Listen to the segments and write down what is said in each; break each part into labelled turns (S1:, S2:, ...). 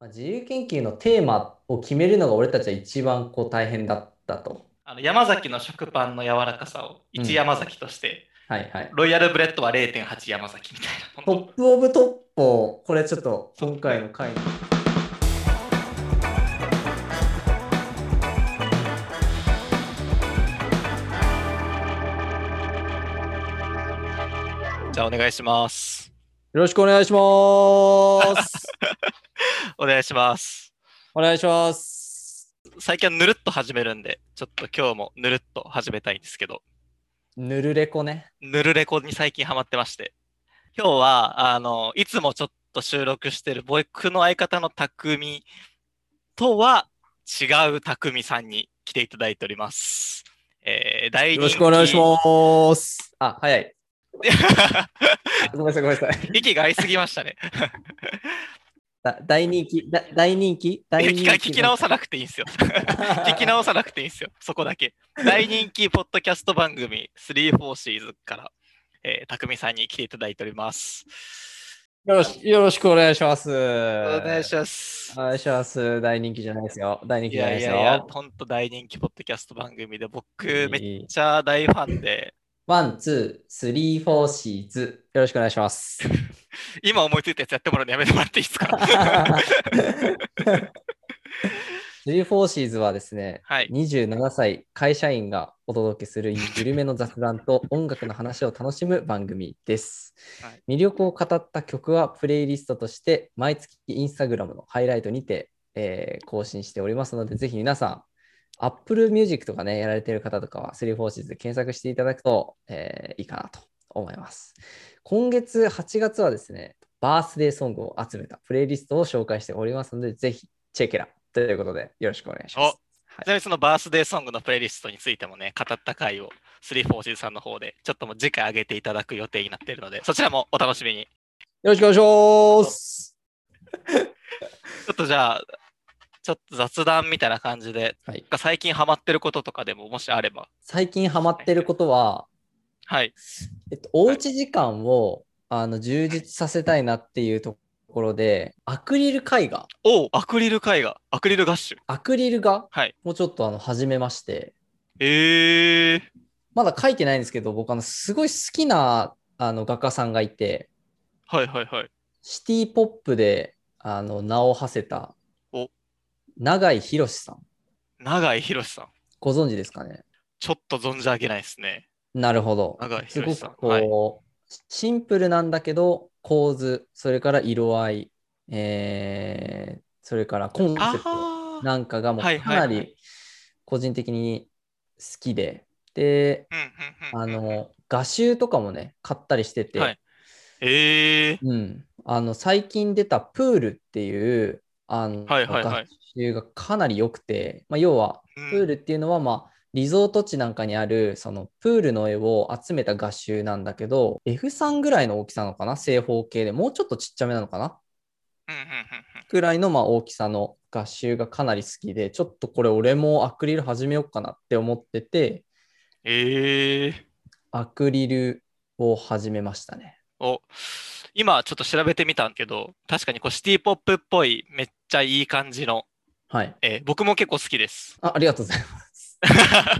S1: まあ自由研究のテーマを決めるのが俺たちは一番こう大変だったと。
S2: あの山崎の食パンの柔らかさを
S1: うん
S2: 1山崎として、
S1: はいはい。
S2: ロイヤルブレッドは0.8山崎みたいな
S1: ト
S2: も
S1: ッ
S2: の。
S1: プオブトップを、これちょっと今回の回に。
S2: じゃあお願いします。
S1: よろしくお願いします。
S2: お願いします。
S1: お願いします。
S2: 最近はぬるっと始めるんで、ちょっと今日もぬるっと始めたいんですけど、
S1: ぬるれこね。
S2: ぬるレコに最近ハマってまして、今日は、あの、いつもちょっと収録してる僕の相方の匠とは違う匠さんに来ていただいております。えー、大人気
S1: よろしくお願いします。あ、早い。あごめんなさい、ごめんなさい。
S2: 息が合いすぎましたね。
S1: だ大人気、だ大人気、大人
S2: 聞
S1: 気
S2: き。聞き直さなくていい んですよ。聞き直さなくていいんですよ。そこだけ。大人気ポッドキャスト番組34シーズンから、えー、匠さんに来ていただいております。
S1: よろしよろしくお願いします。お
S2: お願
S1: 願
S2: いします。
S1: お願いします。大人気じゃないですよ。大人
S2: い
S1: 気じゃない
S2: や
S1: で
S2: い
S1: すよ。
S2: やいや、ほんと大人気ポッドキャスト番組で、僕めっ
S1: いい
S2: ちゃ大ファンで、
S1: ワン、ツー、スリー、フォーシーズ。よろしくお願いします。
S2: 今思いついたやつやってもらうのやめてもらっていいですか
S1: スリー、フォーシーズはですね、
S2: はい。
S1: 27歳会社員がお届けす る緩めの雑談と音楽の話を楽しむ番組です、
S2: はい
S1: 魅力を語った曲はプレイリストとして毎月インスタグラムのハイライトにて、えー更新しておりますのでぜひ皆さん Apple Music とかねやられてる方とかは3 4 s で検索していただくと、えーいいかなと思います今月8月はですねバースデーソングを集めたプレイリストを紹介しておりますのでぜひチェケラということでよろしくお願いします
S2: ちなみにそのバースデーソングのプレイリストについてもね、語った回を34シーズンさんの方で、ちょっともう次回上げていただく予定になっているので、そちらもお楽しみに。
S1: よろしくお願いします。
S2: ちょっとじゃあ、ちょっと雑談みたいな感じで、
S1: はい、
S2: 最近ハマってることとかでももしあれば。
S1: 最近ハマってることは、
S2: はい。
S1: えっと、おうち時間をあの充実させたいなっていうところで、アクリル絵画、
S2: おうアクリル絵画、アクリルガッシュ。
S1: アクリル画
S2: はい。
S1: もうちょっとあの始めまして、
S2: えー、
S1: まだ描いてないんですけど、僕あのすごい好きなあの画家さんがいて、
S2: はいはいはい。
S1: シティポップであの名を馳せた
S2: お
S1: 永井博さん、
S2: 永井博さん。
S1: ご存知ですかね
S2: ちょっと存じ上げないですね。
S1: なるほど。
S2: 永井
S1: す
S2: 博
S1: ご
S2: さん
S1: くこう、シンプルなんだけど、構図、それから色合い、えーそれからコンセプト
S2: ああ。
S1: なんかがもう
S2: はい
S1: か
S2: はいは
S1: ないり個人的に好きで、で、
S2: うん
S1: あ
S2: うんうんうん、
S1: の、画集とかもね、買ったりしてて、
S2: はいえー、
S1: うん、あの最近出た「プール」っていうあの、
S2: はいはいはい
S1: 学習がかなり良くて、まあ、要は
S2: うん
S1: プールっていうのは、まあ、リゾート地なんかにあるそのプールの絵を集めた画集なんだけど F3 ぐらいの大きさなのかな正方形でもうちょっとちっちゃめなのかな
S2: うんうんうん
S1: ぐらいのまあ大きさの合集がかなり好きでちょっとこれ俺もアクリル始めようかなって思ってて
S2: えー、
S1: アクリルを始めましたね。
S2: お今ちょっと調べてみたんけど、確かにこうシティポップっぽい、めっちゃいい感じの、
S1: はい、
S2: えー僕も結構好きです。
S1: あありがとうございます。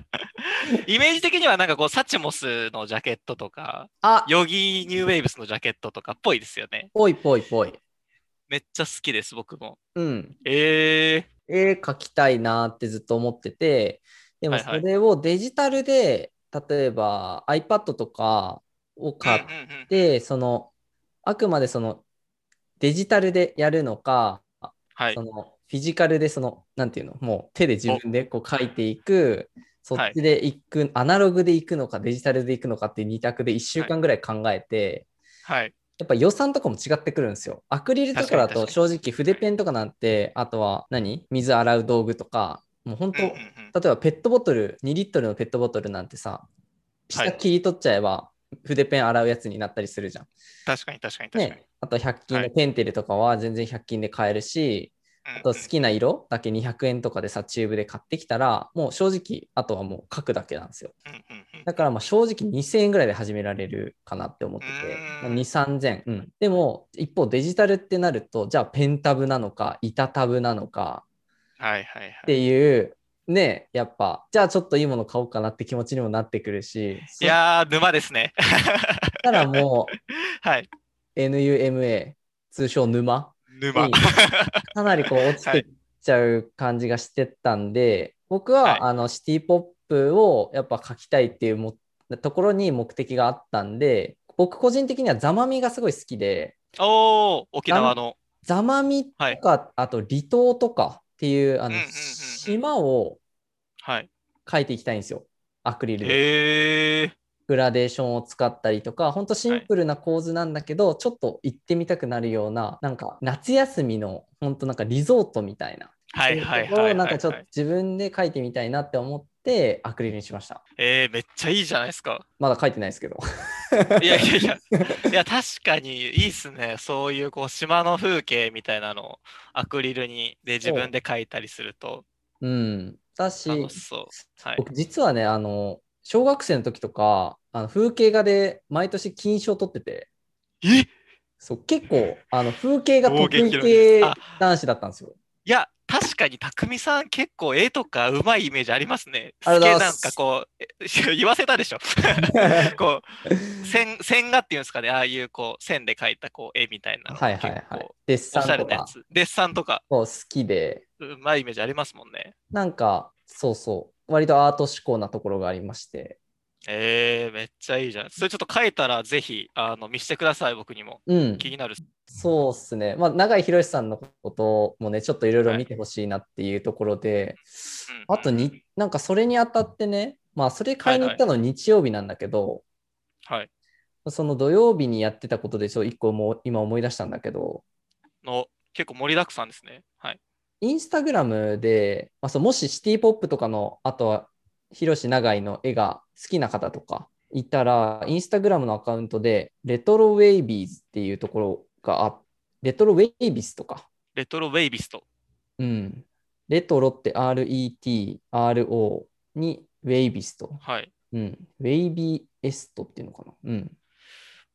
S2: イメージ的にはなんかこうサチモスのジャケットとか
S1: あ
S2: ヨギニューウェイブスのジャケットとかっぽいですよね。
S1: ぽいぽいぽい。
S2: めっちゃ好きです僕も。
S1: うん、
S2: え
S1: 絵描きたいなってずっと思っててでも
S2: はい
S1: そ
S2: はい
S1: れをデジタルで、例えば iPad とかを
S2: ー、
S1: 買っ
S2: うんうんうん
S1: てそのあくまでそのデジタルでやるのか
S2: はい
S1: そ。のフィジカルでそのなんていうのもう手で自分でこう描いていくそっちでいく、アナログでいくのかデジタルでいくのかっていう2択で1週間ぐらい考えて、
S2: はい。
S1: やっぱ予算とかも違ってくるんですよ。アクリルとかだ
S2: 確かに確
S1: と
S2: かに
S1: 正直筆ペンとかなんて、あとは何水洗う道具とか、もう本当、
S2: うんうん
S1: 例
S2: うん
S1: えばペットボトル、2リットルのペットボトルなんてさ、
S2: は
S1: 下
S2: い
S1: 切り取っちゃえば筆ペン洗うやつになったりするじゃん。
S2: 確かに確かに確かに。
S1: ね、あと100均
S2: は
S1: の
S2: い
S1: ペンテルとかは全然100均で買えるし、あと好きな色だけ200円とかでさ、チューブで買ってきたら、もう正直、あとはもう書くだけなんですよ。
S2: うんうんうん
S1: だからまあ正直2000円ぐらいで始められるかなって思ってて、
S2: う
S1: ま
S2: ん
S1: あ2、3000、うん。でも、一方デジタルってなると、じゃあペンタブなのか、板タブなのか
S2: はいはいはい。
S1: っていう、ね、やっぱ、じゃあちょっといいもの買おうかなって気持ちにもなってくるし、
S2: いやー、沼ですね。
S1: そしたらも
S2: はい。
S1: う NUMA、通称沼
S2: 沼。
S1: いい かなりこう落ちてきちゃう感じがしてったんで、僕は、
S2: はい
S1: あのシティ・ポップをやっぱ書きたいっていうもところに目的があったんで僕個人的にはザマミがすごい好きで
S2: おー、沖縄の。
S1: ザマミとか、
S2: はい
S1: あと離島とかっていうあ
S2: うん
S1: の
S2: うんうんうん
S1: 島を
S2: はい。
S1: 書いていきたいんですよアクリルで。
S2: へー。
S1: グラデーションを使ったりとか、ほんとシンプルな構図なんだけど、ちょっと行ってみたくなるような、なんか夏休みの、ほんとなんかリゾートみたいな
S2: はいはいはい
S1: こ
S2: は
S1: れ
S2: い、
S1: をなんかちょっ
S2: は
S1: と
S2: い。
S1: 自分で書いてみたいなって思ってアクリルにしました。
S2: えー、めっちゃいいじゃないですか。
S1: まだ書いてないですけど。
S2: いやいやいや、いや確かにいいっすね。そういうこう島の風景みたいなのをアクリルにで自分で描いたりすると
S1: うん。だし、
S2: 楽しそう。はい。
S1: 僕実はね、あの、小学生の時とか、あの風景画で毎年金賞取ってて、
S2: えい
S1: そう結構あの風景画得
S2: 衝
S1: 意
S2: 撃の
S1: 系
S2: あ
S1: 男子だったんです よ。
S2: や、確かに匠さん結構絵とかうまいイメージありますね。
S1: ありが
S2: すげ
S1: と
S2: え
S1: うござい
S2: な
S1: ま
S2: ん
S1: す
S2: かこう、 言わせたで しょ。こう、線線画っていうんですかね、ああいうこう線で描いたこう絵みたいなの
S1: はいはい
S2: 結
S1: はい
S2: 構。
S1: デッサ
S2: おしゃ
S1: ン
S2: れ
S1: と
S2: なや
S1: か
S2: つ。デッサンとか
S1: そう好きで、
S2: うまいイメージありますもんね。
S1: なんかそうそう、割とアート志向なところがありまして、
S2: えー、めっちゃいいじゃん。それちょっと書いたらぜひあの見せてください、僕にも。
S1: うん、
S2: 気になる。
S1: そうっすね。まあ、永井博さんのこともね、ちょっといろいろ見てほしいなっていうところで、
S2: うん
S1: あとに、なんかそれにあたってね、まあ、それ買いに行ったの日曜日なんだけど、
S2: はい。
S1: その土曜日にやってたことで、そう、一個もう今思い出したんだけど、
S2: の結構盛りだくさんですね。はい。
S1: インスタグラムで、まあ、そうもしシティポップとかの、あとは、広志永井の絵が好きな方とかいたら、インスタグラムのアカウントで、レトロウェイビーズっていうところがあレトロウェイビスとか、
S2: レトロウェイビスト。
S1: うん。レトロって RETRO にウェイビスト。
S2: はい。
S1: うん。ウェイビエストっていうのかな。うん。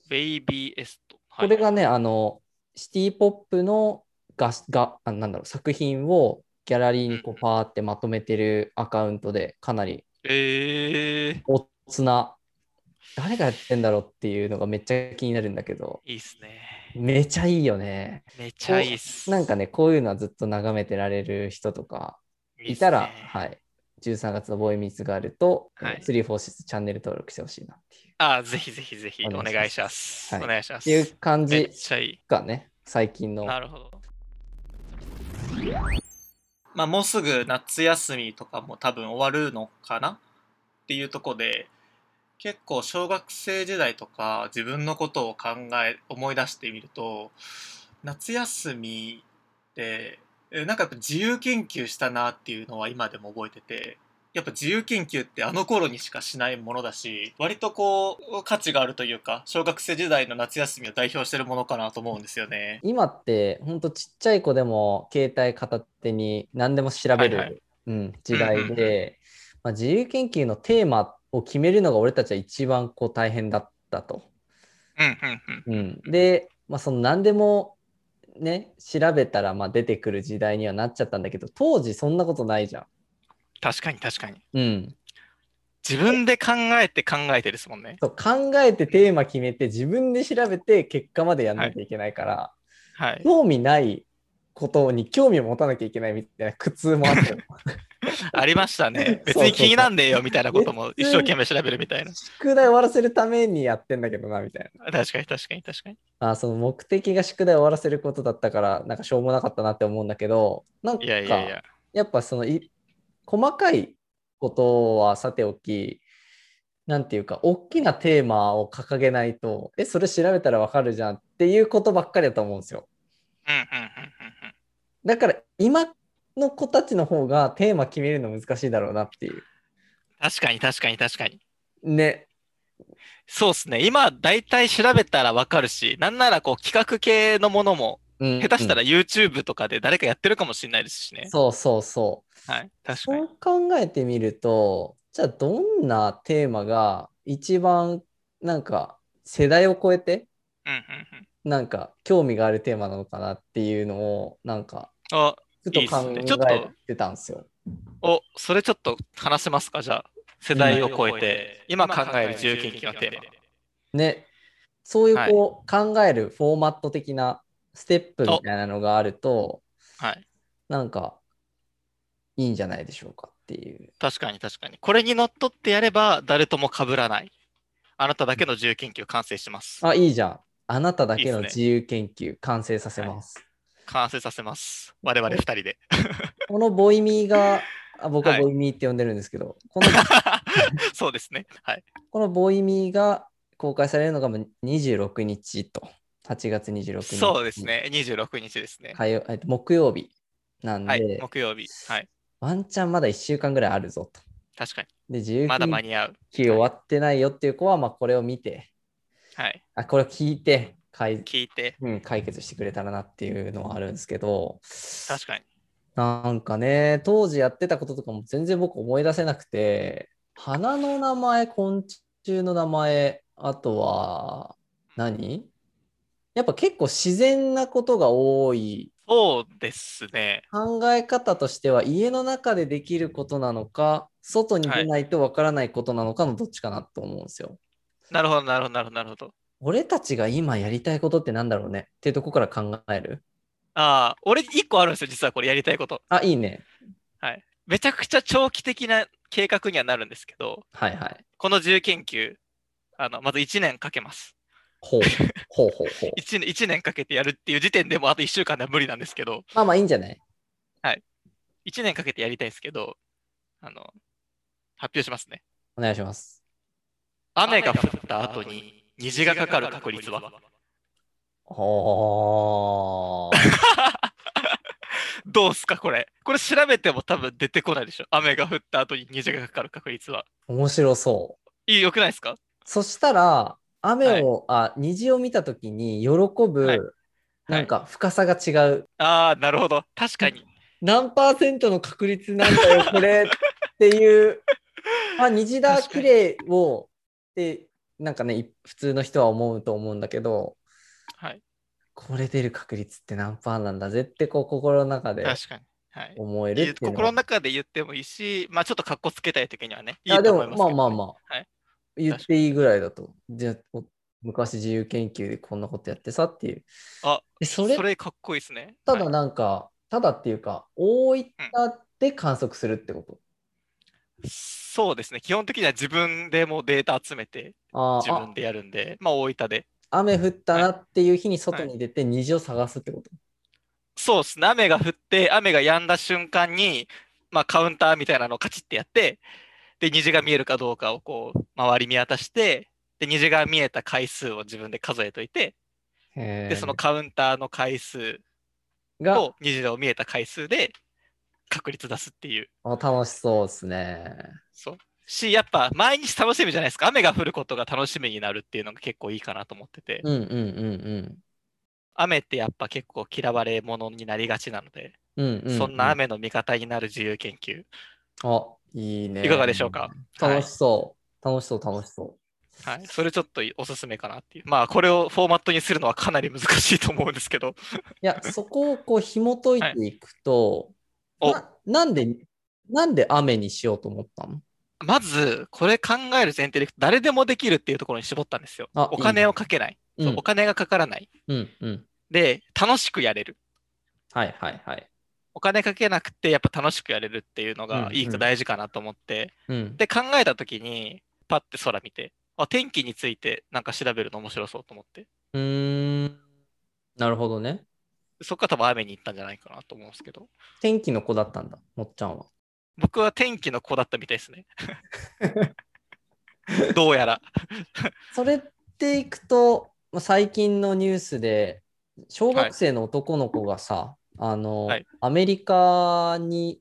S2: ウェイビーエスト。は
S1: こ
S2: い
S1: れがね、あの、シティポップのががあなんだろう作品をギャラリーにこ
S2: うんう
S1: うんパーってまとめてるアカウントで、かなり
S2: え
S1: おつな、誰がやってんだろうっていうのがめっちゃ気になるんだけど、
S2: ー、いいっすね。
S1: めちゃいいよね。
S2: めっちゃいいっす。
S1: なんかね、こういうのはずっと眺めてられる人とか、
S2: いいっ
S1: い
S2: すね
S1: たら、はい、13月のボーイミーツがあると、
S2: はい
S1: スリーフォーシスチャンネル登録してほしいなっていう。
S2: あー、ぜひぜひぜひお
S1: お願いしますは
S2: 願いします。
S1: い
S2: お願いしま
S1: っ
S2: す。
S1: ていう感
S2: め
S1: じ
S2: っちゃいい。
S1: がね、最近の。
S2: なるほど。まあ、もうすぐ夏休みとかも多分終わるのかなっていうとこで結構小学生時代とか自分のことを考え思い出してみると夏休みってえなんかやっぱ自由研究したなっていうのは今でも覚えててやっぱ自由研究ってあの頃にしかしないものだし割とこう価値があるというか小学生時代の夏休みを代表してるものかなと思うんですよね。
S1: 今って、ほんとちっちゃい子でも携帯片手に何でも調べる、
S2: はいは
S1: うん、時代で、まあ、自由研究のテーマを決めるのが俺たちは一番こう大変だったと。
S2: うんうんうん、
S1: うん、で、まあ、その何でもね、調べたらまあ出てくる時代にはなっちゃったんだけど、当時そんなことないじゃん。
S2: 確かに確かに。
S1: うん、
S2: 自分で考えて考えてですもんね。
S1: そう考えてテーマ決めて自分で調べて結果までやんなきゃいけないから、
S2: はい。
S1: 興味ないことに興味を持たなきゃいけないみたいな苦痛もあって。
S2: ありました ね別
S1: そうそう
S2: に気になんねえよみたいなことも一生懸命調べるみたいな。
S1: 宿題終わらせるためにやってんだけどなみたい
S2: 確かに確かに確かに。
S1: なあその目的が宿題終わらせることだったからなんかしょうもなかったなって思うんだけどなんか
S2: いやいやいや。
S1: やっぱそのい細かいことはさておきなんていうか大きなテーマを掲げないとえそれ調べたらわかるじゃんっていうことばっかりだと思うんですよ。
S2: うんうんうんうんうん。
S1: だから今の子たちの方がテーマ決めるの難しいだろうなっていう。
S2: 確かに確かに確かに。
S1: ね。
S2: そうですね。今、大体調べたらわかるし、なんならこう企画系のものも
S1: うん
S2: 下手したら YouTube とかで誰かやってるかもしれないですしね。
S1: そうそうそう。
S2: はい、確か
S1: そ
S2: に
S1: う。考えてみると、じゃあどんなテーマが一番なんか世代を超えて
S2: うんうんうん。
S1: なんか興味があるテーマなのかなっていうのをなんか
S2: あ、
S1: ふと
S2: いいっす
S1: 考
S2: ねちょっと
S1: えてたんですよ。
S2: お、それちょっと話せますかじゃあ、世代を超えて、今考える自由研究のテーマ。
S1: ね。そういう
S2: はい
S1: こう考えるフォーマット的なステップみたいなのがあると、
S2: はい。
S1: なんかいいんじゃないでしょうかっていう。
S2: 確かに確かに。これにのっとってやれば、誰とも被らない。あなただけの自由研究完成します。
S1: あ、いいじゃん。あなただけの
S2: いいっす
S1: 自由研究完成させます。
S2: 完成させます。我々二人 で。
S1: このボイミーが、あ僕ははいボイミーって呼んでるんですけど、こ の
S2: そうですね。はい。
S1: このボイミーが公開されるのがもう26日と、8月26日。
S2: そうです。ね。26日ですね。
S1: 火曜えっと木曜日なんで、
S2: はい。木曜日。はい。
S1: ワンチャンまだ1週間ぐらいあるぞと。
S2: 確かに。
S1: で、自由
S2: まだ間
S1: 研
S2: に合う。
S1: 究終わってないよっていう子は、まあ、これを見て、
S2: はい。
S1: あ、これを聞いて、解
S2: 聞いて。
S1: うん、解決してくれたらなっていうのはあるんですけど、
S2: 確かに。
S1: なんかね、当時やってたこととかも全然僕思い出せなくて、花の名前、昆虫の名前、あとは何やっぱ結構自然なことが多い。
S2: そうですね。
S1: 考え方としては家の中でできることなのか、外に出ないとわからないことなのかのどっちかなと思うんですよ。
S2: なるほど、なるほど、なるほど、なるほど。
S1: 俺たちが今やりたいことってなんだろうねっていうとこから考える。
S2: ああ、俺一個あるんですよ、実はこれやりたいこと。
S1: あ、いいね。
S2: めちゃくちゃ長期的な計画にはなるんですけど、
S1: はいはい。
S2: この自由研究、あのまず1年かけます
S1: ほうほうほうほう。
S2: 1年。1年かけてやるっていう時点でもうあと1週間では無理なんですけど、
S1: まあまあいいんじゃない
S2: 1年かけてやりたいんですけど、あの発表しますね。
S1: お願いします。
S2: 雨が降った後に虹がかかる確率は
S1: おー
S2: どうっすか、これ。これ調べても多分出てこないでしょ。雨が降った後に虹がかかる確率は。
S1: 面白そ
S2: いいよくないですか
S1: う。そしたら、雨を、あ、虹を見たときに喜ぶ、
S2: はい
S1: なんか深さが違う、
S2: ああ、なるほど。確かに。
S1: 何パーセントの確率なんだよ、これって いう。あ、虹だ、
S2: 確か
S1: 綺
S2: に
S1: 麗を、って、なんかね、い普通の人は思うと思うんだけど、
S2: はい、
S1: これ出る確率って何パーなんだぜって、こう、心の中で
S2: 確かに。はい
S1: 思えるっていうの
S2: 心の
S1: は。
S2: 中で言ってもいいし、まあちょっと格好つけたい時にはね。い
S1: あ
S2: い
S1: で
S2: と
S1: も
S2: 思いますけど
S1: まあ
S2: ね
S1: まあまあ、
S2: はい
S1: 言っていいぐらいだと。じゃあお昔自由研究でこんなことやってさっていう。
S2: あ
S1: でそ
S2: そ
S1: れ
S2: れかっこいいですね。
S1: ただ
S2: はい
S1: なんか、ただっていうか大分で観測するってこと。
S2: そうですね。基本的には自分でもうデータ集めて、
S1: あ
S2: 自
S1: ーあ
S2: 分でやるんで、まあ大分で。
S1: 雨降ったなっていう日に外に出て虹を探すってこと。
S2: そうですね。雨が降って、雨が止んだ瞬間に、まあカウンターみたいなのをカチッてやって、で、虹が見えるかどうかをこう、周り見渡して、で、虹が見えた回数を自分で数えといて、
S1: へ
S2: で、そのカウンターの回数
S1: が
S2: と虹の見えた回数で確率出すっていう。
S1: あ楽しそうですね。
S2: そう。し、やっぱ毎日楽しみじゃないですか。雨が降ることが楽しみになるっていうのが結構いいかなと思ってて。
S1: うんうんうん
S2: 雨ってやっぱ結構嫌われ者になりがちなので、
S1: うん。うんうんうん、
S2: そんな雨の味方になる自由研究。
S1: あいいね。
S2: いかがでしょうか、は
S1: 楽
S2: い
S1: しそう、楽しそう楽しそう。
S2: はい。それちょっとおすすめかなっていう。まあ、これをフォーマットにするのはかなり難しいと思うんですけど、
S1: いや、そこをこう紐解いていくと、
S2: はい
S1: ななんで、なんで雨にしようと思ったの
S2: まず、これ考える前提で、誰でもできるっていうところに絞ったんですよ。
S1: あ
S2: お金をかけない。
S1: う
S2: そうお
S1: ん、
S2: 金がかからない。
S1: うん、うん。
S2: で、楽しくやれる。
S1: はいはいはい。
S2: お金かけなくて、やっぱ楽しくやれるっていうのがいい
S1: うんう
S2: か
S1: ん
S2: 大事かなと思って、
S1: うん、
S2: で、考えたときに、パッて空見て、あ、天気についてなんか調べるの面白そうと思って、
S1: うーんなるほどね。
S2: そこから多分雨に行ったんじゃないかなと思うんですけど、
S1: 天気の子だったんだ、もっちゃんは。
S2: 僕は天気の子だったみたいです ね。どうやら。
S1: それっていくと、まあ最近のニュースで、小学生の男の子がさ、あの、
S2: はい
S1: アメリカに、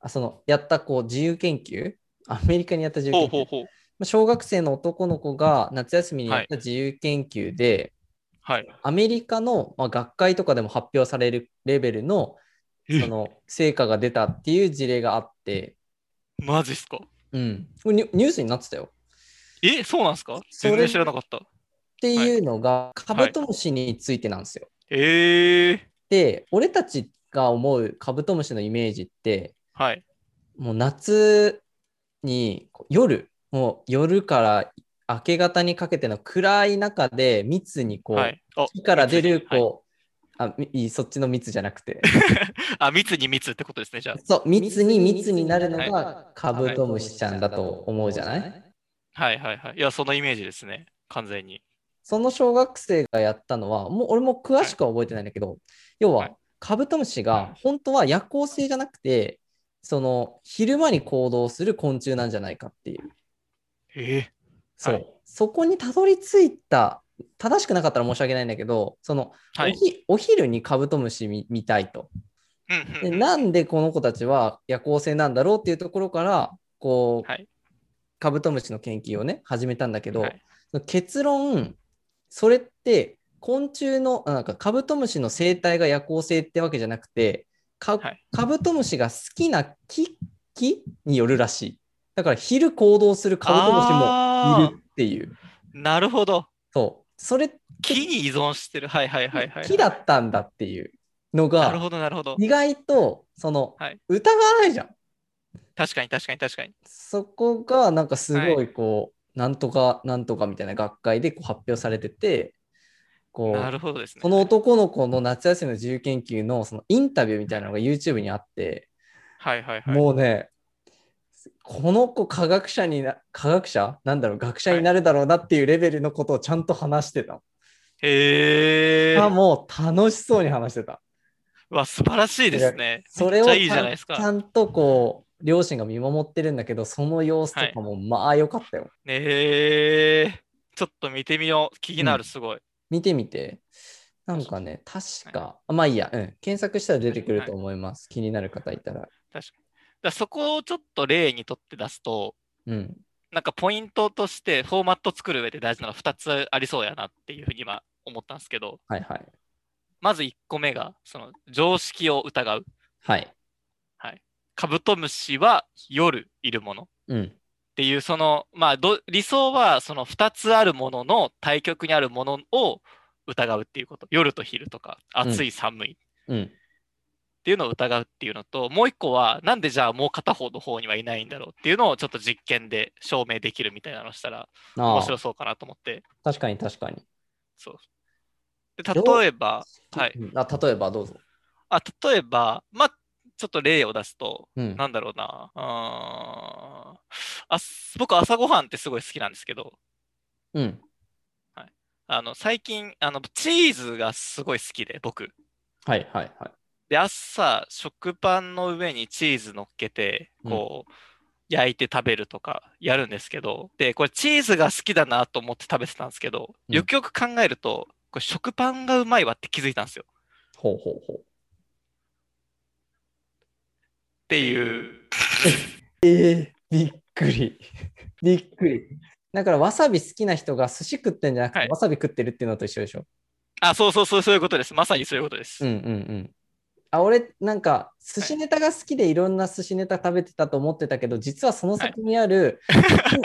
S1: あその、やったこう自由研究アメリカにやった自由
S2: ほ
S1: 研
S2: う
S1: 究
S2: ほうほう。
S1: まあ小学生の男の子が夏休みにやった自由研究で、
S2: はい。
S1: アメリカの、まあ、学会とかでも発表されるレベルの
S2: え
S1: その成果が出たっていう事例があって、
S2: マジっすか
S1: うん、これニュニュースになってたよ。
S2: え、そうなんですか
S1: それ
S2: 全然知らなかった。
S1: っていうのが、カブトムシについてなんですよ。
S2: ええ
S1: で俺たちが思うカブトムシのイメージって
S2: はい。
S1: もう夏にこう夜もう夜から明け方にかけての暗い中で密にこう、
S2: はい。あ、
S1: 木から出る
S2: 密に
S1: こう、あみいいそっちの密じゃなくて
S2: あ、密に密ってことですね、じゃ
S1: そう密
S3: 密に
S1: に
S3: 密
S1: 密
S3: に
S1: に
S3: な
S1: な
S3: る
S1: る
S3: の
S1: の
S3: が
S1: が
S3: カ
S1: カ
S3: ブ
S1: ブ
S3: ト
S1: ト
S3: ム
S1: ム
S3: シ
S1: シ
S3: ち
S1: ち
S3: ゃ
S1: ゃ
S3: ん
S1: ん
S3: だ
S1: だ
S3: と
S1: と
S3: 思
S1: 思
S3: う
S1: う
S3: じ
S1: じ
S3: ゃ
S1: ゃ
S3: な
S1: ないい
S2: あ。はいはいはい。いや、そのイメージですね。完全に。
S1: その小学生がやったのはもう俺も詳しくは覚えてないんだけど、要
S2: は
S1: はいカブトムシ
S2: はい
S1: が本当は夜行性じゃなくてその昼間に行動する昆虫なんじゃないかっていう
S2: ええ
S1: そう、
S2: はい
S1: そこにたどり着いた正しくなかったら申し訳ないんだけどその、
S2: はい
S1: お。ひお昼にカブトムシ見見たいと
S2: うんうん
S1: で
S2: うん
S1: なんでこの子たちは夜行性なんだろうっていうところからこう、
S2: はい
S1: カブトムシの研究をね始めたんだけど、
S2: はい
S1: その結論それって昆虫のあなんかカブトムシの生態が夜行性ってわけじゃなくてか、
S2: はい
S1: カブトムシが好きな木木によるらしいだから昼行動するカブトムシもいるっていう
S2: なるほど。
S1: そうそれ
S2: 木に依存してる。はいはいはいはい。
S1: 木だったんだっていうの
S2: なる
S1: が
S2: ほどなるほど。
S1: 意外とその、
S2: はい
S1: 疑わないじゃん
S2: 確かに確かに確かに。
S1: そこがなんかすご
S2: はい
S1: こう、なんとかなんとかみたいな学会でこう発表されててこ
S2: な
S1: う
S2: るほどですね。
S1: その男の子の夏休みの自由研究のそのインタビューみたいなのが YouTube にあって、
S2: はいはいはい。
S1: もうねこの子科学者にな科学者なんだろう学者になるだろうなっていうレベルのことをちゃんと話してた、
S2: へえ。
S1: あもう楽しそうに話してた
S2: わ、素晴らしいですね。
S1: それをちゃ
S2: めっちゃいいじゃないですか
S1: ちゃんとこう両親が見守ってるんだけどその様子とかもまあ良かったよ、
S2: へえ。ちょっと見てみよう。気になる、すごい。
S1: 見てみて。なんかね、確か、あまあいいや、うん、検索したら出てくると思います。気になる方いたら。
S2: 確かに。だからそこをちょっと例にとって出すと、
S1: うん。
S2: なんかポイントとしてフォーマット作る上で大事なのが2つありそうやなっていうふうに今思ったんですけど、
S1: はいはい。
S2: まず1個目が、その常識を疑う。
S1: はい。
S2: カブトムシは夜いるものっ
S1: うん。
S2: ていう、その、まあど、理想はその2つあるものの対極にあるものを疑うっていうこと。夜と昼とか、
S1: ん
S2: 暑い寒いっ
S1: うん。
S2: ていうのを疑うっていうのと、もう1個は、なんでじゃあもう片方の方にはいないんだろうっていうのをちょっと実験で証明できるみたいなのをしたら
S1: あ
S2: 面
S1: あ
S2: 白、そうかなと思って。
S1: 確かに確かに。
S2: そう。で例えば、はい。
S1: うんあ例えばどうぞ。
S2: あ、例えば、まあ、ちょっと例を出すと、
S1: うん。
S2: なんだろうな、あーあす僕、朝ごはんってすごい好きなんですけど、
S1: うん。
S2: あの最近あの、チーズがすごい好きで、僕。
S1: はいはいはい。
S2: で、朝、食パンの上にチーズ乗っけて、
S1: うん
S2: こう、焼いて食べるとかやるんですけど、で、これ、チーズが好きだなと思って食べてたんですけど、
S1: うん
S2: よくよく考えると、これ食パンがうまいわって気づいたんですよ。
S1: ほうほうほう。
S2: っていう。
S1: びっくり。 びっくり。だから、わさび好きな人が寿司食ってんじゃなくて、
S2: はい
S1: わさび食ってるっていうのと一緒でしょ。
S2: あ、そうそうそう、そういうことです。まさにそういうことです。
S1: うんうんうん。あ俺なんか寿司ネタが好きでいろんな寿司ネタ食べてたと思ってたけど、実はその先にある、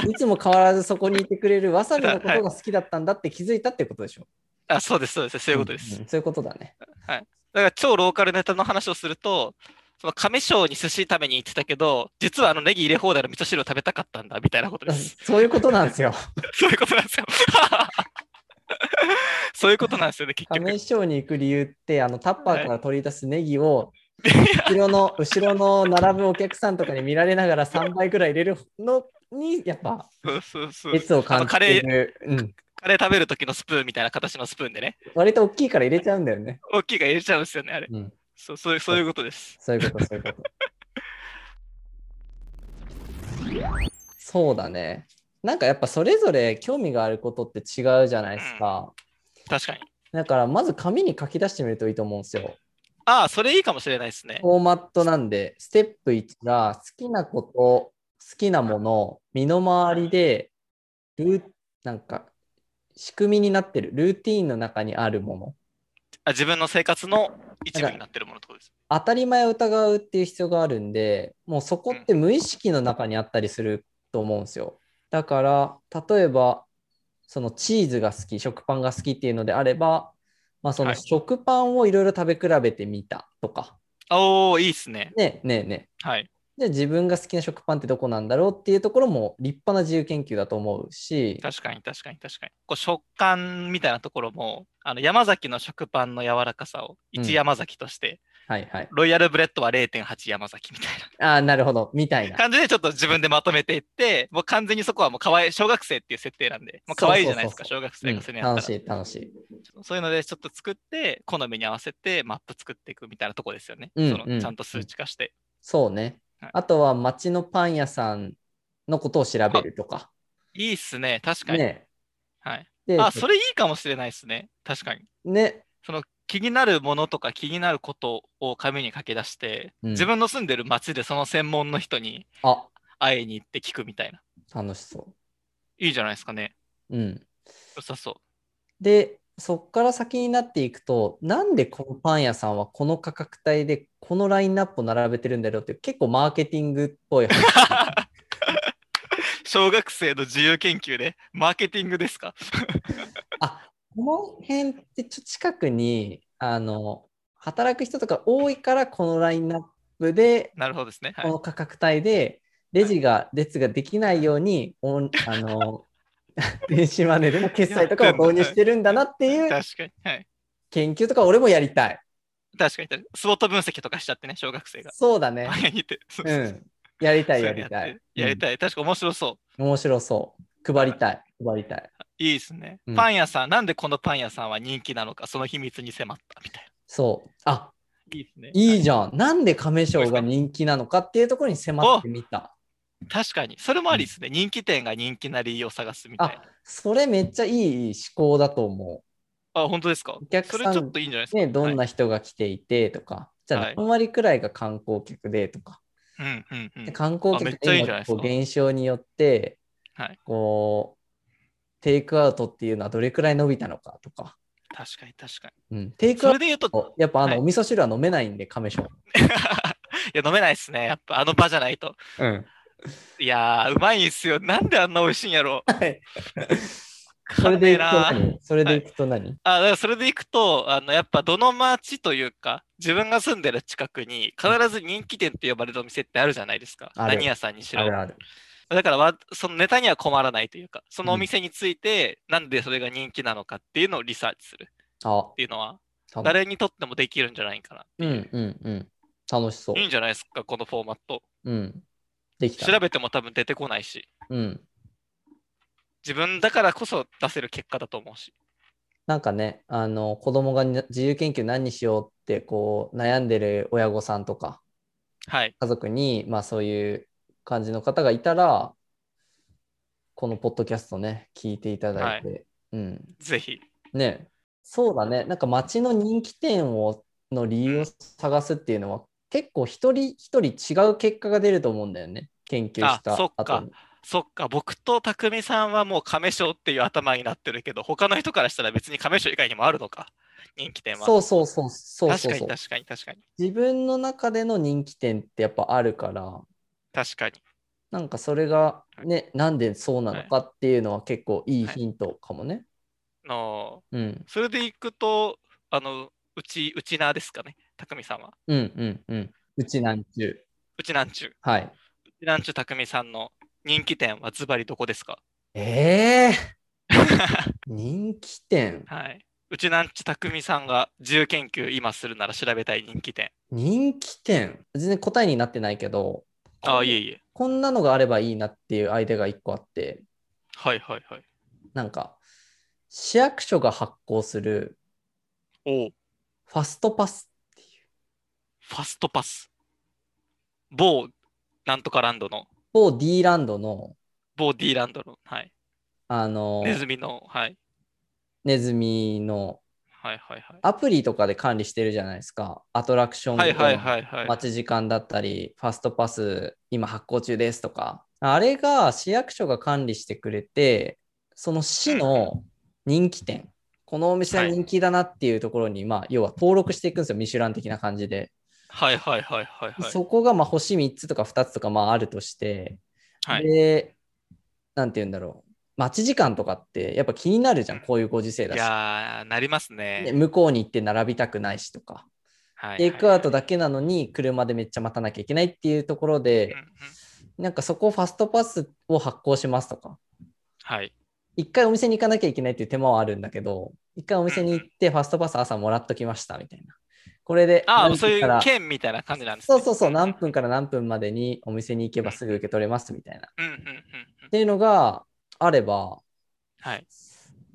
S1: い、 つも変わらずそこにいてくれるわさびのことが好きだったんだって気づいたってことでしょ。
S2: あ、そうです、そうです。そういうことです。
S1: んんそういうことだね。
S2: だから超ローカルネタの話をすると、その亀章に寿司食べに行ってたけど、実はあのネギ入れ放題の味噌汁を食べたかったんだみたいなことです。
S1: そういうことなんですよ。
S2: そういうことなんですよ。 そういうことなんですよ ね、結局
S1: 亀。師匠に行く理由ってあのタッパーから取り出すネギを後ろの後ろの並ぶお客さんとかに見られながら3倍くらい入れるのにやっぱ
S2: そうそうそう
S1: 熱を感じてる、うん、
S2: カレー食べる時のスプーンみたいな形のスプーンでね、
S1: 割と大きいから入れちゃうんだよね。
S2: 大きいから入れちゃうんですよね、あれ。
S1: うん、
S2: そうそういうそういうことです。
S1: そういうこと、そういうこと。そうだね。なんかやっぱそれぞれ興味があることって違うじゃないですか。
S2: 確かに。
S1: だからまず紙に書き出してみるといいと思うんですよ。
S2: ああ、それいいかもしれないですね。
S1: フォーマットなんで、ステップ1が好きなこと、好きなもの、身の回りで、ルーなんか仕組みになってる、ルーティーンの中にあるもの、
S2: あ自分の生活の一部になってるものってことです。
S1: 当たり前を疑うっていう必要があるんで、もうそこって無意識の中にあったりすると思うんですよ。だから、例えば、そのチーズが好き、食パンが好きっていうのであれば、まあ、その
S2: はい
S1: 食パンをいろいろ食べ比べてみたとか、
S2: おー、いいっすね。
S1: ねねね
S2: はい。
S1: で自分が好きな食パンってどこなんだろうっていうところも立派な自由研究だと思うし、
S2: 確かに確かに確かに。こう食感みたいなところも、あの山崎の食パンの柔らかさを
S1: うん
S2: 1山崎として、
S1: はいはい。
S2: ロイヤルブレッドは0.8山崎みたい
S1: ああ、なるほど、みたい
S2: な
S1: な。
S2: 感じでちょっと自分でまとめていって、もう完全にそこはもう可愛い小学生っていう設定なんで、もう可愛いじゃないですか、
S1: そ
S2: 小学
S1: う
S2: 生
S1: ん
S2: がそれにあった
S1: 楽
S2: ら
S1: し。い、楽しい。
S2: そういうのでちょっと作って、好みに合わせてマップ作っていくみたいなとこですよね。
S1: うん
S2: そ
S1: うん
S2: のちゃんと数値化して。
S1: そうね
S2: はい。
S1: あとは町のパン屋さんのことを調べるとか。
S2: いいっすね、確かに。
S1: ね。
S2: はい、
S1: で、
S2: あ、それいいかもしれないですね、確かに。
S1: ね。
S2: その気になるものとか気になることを紙に書き出して、
S1: うん
S2: 自分の住んでる町でその専門の人に
S1: あ、
S2: 会いに行って聞くみたいな。
S1: 楽しそ
S2: いいじゃないですかね。
S1: う。うん。
S2: 良さ そう。
S1: で、そっから先になっていくと、なんでこのパン屋さんはこの価格帯でこのラインナップを並べてるんだろうっていう、結構マーケティングっぽい話
S2: 小学生の自由研究でマーケティングですか
S1: あ、この辺ってちょ近くに、あの、働く人とか多いから、このラインナップで、
S2: なるほどですね。は
S1: こ
S2: い、
S1: の価格帯で、レジが列ができないように、オンあの 電子マネーでの決済とかを導入してるんだなっていう
S2: 確かに。はい
S1: 研究とか俺もやりたい。
S2: 確かに確かに。スウォット分析とかしちゃってね、小学生が。
S1: そうだね。
S2: 前に行って。そう
S1: う。
S2: そうそうん
S1: やりたい、
S2: そう
S1: や
S2: うの
S1: り
S2: やった
S1: い
S2: て。やりたい。確か面白そう。
S1: うん面白そう。配りたい、配りたい。
S2: いいですね、
S1: うん
S2: パン屋さん、なんでこのパン屋さんは人気なのか、その秘密に迫ったみたい
S1: そう。あ、
S2: な。いいですね。
S1: いい
S2: じ
S1: じゃん。なんで亀賞が人気なのかっていうところに迫ってみた。
S2: ゃん。確かに。それもありですね、人気店が人気な理由を探すみたい
S1: あ
S2: な。、
S1: それめっちゃいい思考だと思
S2: あ本当ですか
S1: お客さ
S2: そ
S1: ん
S2: れちょっといいんじゃないです
S1: う。
S2: か。
S1: ね、どん
S2: は
S1: な人が来ていてとか、じゃあ
S2: はい
S1: 何割くらいが観光客でとか、
S2: いうんうんうん
S1: で。観光
S2: あめっ
S1: 客
S2: ちゃいい
S1: の
S2: じゃないです
S1: こ
S2: か
S1: う減少によって、
S2: はい
S1: こう、テイクアウトっていうのはどれくらい伸びたのかとか、
S2: 確かに確か
S1: うん、テイ
S2: に。
S1: クア
S2: それ
S1: ウ
S2: で言う
S1: ト
S2: と、、
S1: やっぱあの、
S2: はい
S1: お味噌汁は飲めないんで、亀賞。
S2: いや、飲めないですね。やっぱあの場じゃないと。
S1: うん。
S2: いやー、うまいんすよ。なんであんな美味しいんやろ。
S1: はいそ
S2: そ
S1: れでいくと
S2: なー。
S1: 何それでいくと何、
S2: あだからそれでいくとあの、やっぱどの町というか、自分が住んでる近くに、必ず人気店って呼ばれるお店ってあるじゃないですか。
S1: ある
S2: 何屋さんにし
S1: ある
S2: ろ。
S1: ある。
S2: だからわ、そのネタには困らないというか、そのお店について、なんでそれが人気なのかっていうのをリサーチする
S1: あ
S2: っ、ていうのは、
S1: たの
S2: 誰にとってもできるんじゃないかな。
S1: うんうんうん。楽しそう
S2: いい。んじゃないですか、このフォーマット。
S1: うん。できた。
S2: 調べても多分出てこないし、
S1: うん。
S2: 自分だからこそ出せる結果だと思うし。
S1: なんかね、あの、子供がに自由研究何にしようって、こう、悩んでる親御さんとか、
S2: はい。
S1: 家族に、まあそういう感じの方がいたら、このポッドキャストね、聞いていただいて、うん。
S2: ぜひ。
S1: ね、そうだね、なんか街の人気店をの理由を探すっていうのは、結構一人一人違う結果が出ると思うんだよね、研究した
S2: あそっか
S1: 後に。
S2: そっか、僕と匠さんはもう亀賞っていう頭になってるけど、他の人からしたら別に亀賞以外にもあるのか、人気店は。
S1: そうそうそうそう
S2: 確
S1: そう
S2: か
S1: そ
S2: に
S1: う。
S2: 確かに確かに
S1: 自分の中での人気店ってやっぱあるから、
S2: 確かに。
S1: なんかそれがね、なんでそうなのかっていうのは結構いい
S2: はい
S1: ヒントかもね。
S2: の
S1: うん
S2: それでいくと、あの、うち、うちなですかね、匠さんは。
S1: うんうんうん。うちなんちゅう。
S2: うちなんちゅう。
S1: はい。
S2: うちなんちゅう匠さんの人気店はズバリどこですか
S1: ええー、人気店。
S2: はいうちなんちゅう匠さんが自由研究今するなら調べたい人気店。
S1: 人気店。全然答えになってないけど、
S2: ああ、いえいえ。
S1: こんなのがあればいいなっていうアイデアが一個あって、
S2: はいはいはい。
S1: なんか、市役所が発行する
S2: おう
S1: ファストパス。
S2: ファストパス。某なんとかランドの、
S1: 某 D ランドの、
S2: 某 D ランドの、はい、
S1: あの、
S2: ネズミの、はい、
S1: ネズミの
S2: はいはいはい。
S1: アプリとかで管理してるじゃないですか。アトラクション
S2: はいはい
S1: の
S2: はいはい。
S1: 待ち時間だったり、ファストパス今発行中ですとか。あれが市役所が管理してくれて、その市の人気店、このお店は人気だなっていうところに、まあ、要は登録していくんですよ、ミシュラン的な感じで。
S2: はいはいはいはいはい。
S1: そこがまあ星3つとか2つとかまああるとして、
S2: はい、
S1: で、なんて言うんだろう、待ち時間とかってやっぱ気になるじゃん、こういうご時世
S2: い
S1: だし。
S2: やー、なりますね。
S1: で向こうに行って並びたくないしとか、
S2: はい
S1: テイクアウトだけなのに車でめっちゃ待たなきゃいけないっていうところ
S2: け
S1: で、なんかそこをファストパスを発行しますとか、
S2: はい。
S1: 一回お店に行かなきゃいけないっていう手間はあるんだけど、一回お店に行ってファストパス朝もらっときましたみたいな。これで
S2: ああ、
S1: 何
S2: そう
S1: 分
S2: い
S1: か
S2: う
S1: ら
S2: 券みたいな感じなんです、
S1: そ
S2: ね。
S1: うそうそう、何分から何分までにお店に行けばすぐ受け取れますみたいな。っ
S2: うんうんうんうん。
S1: ていうのがあれば
S2: はい。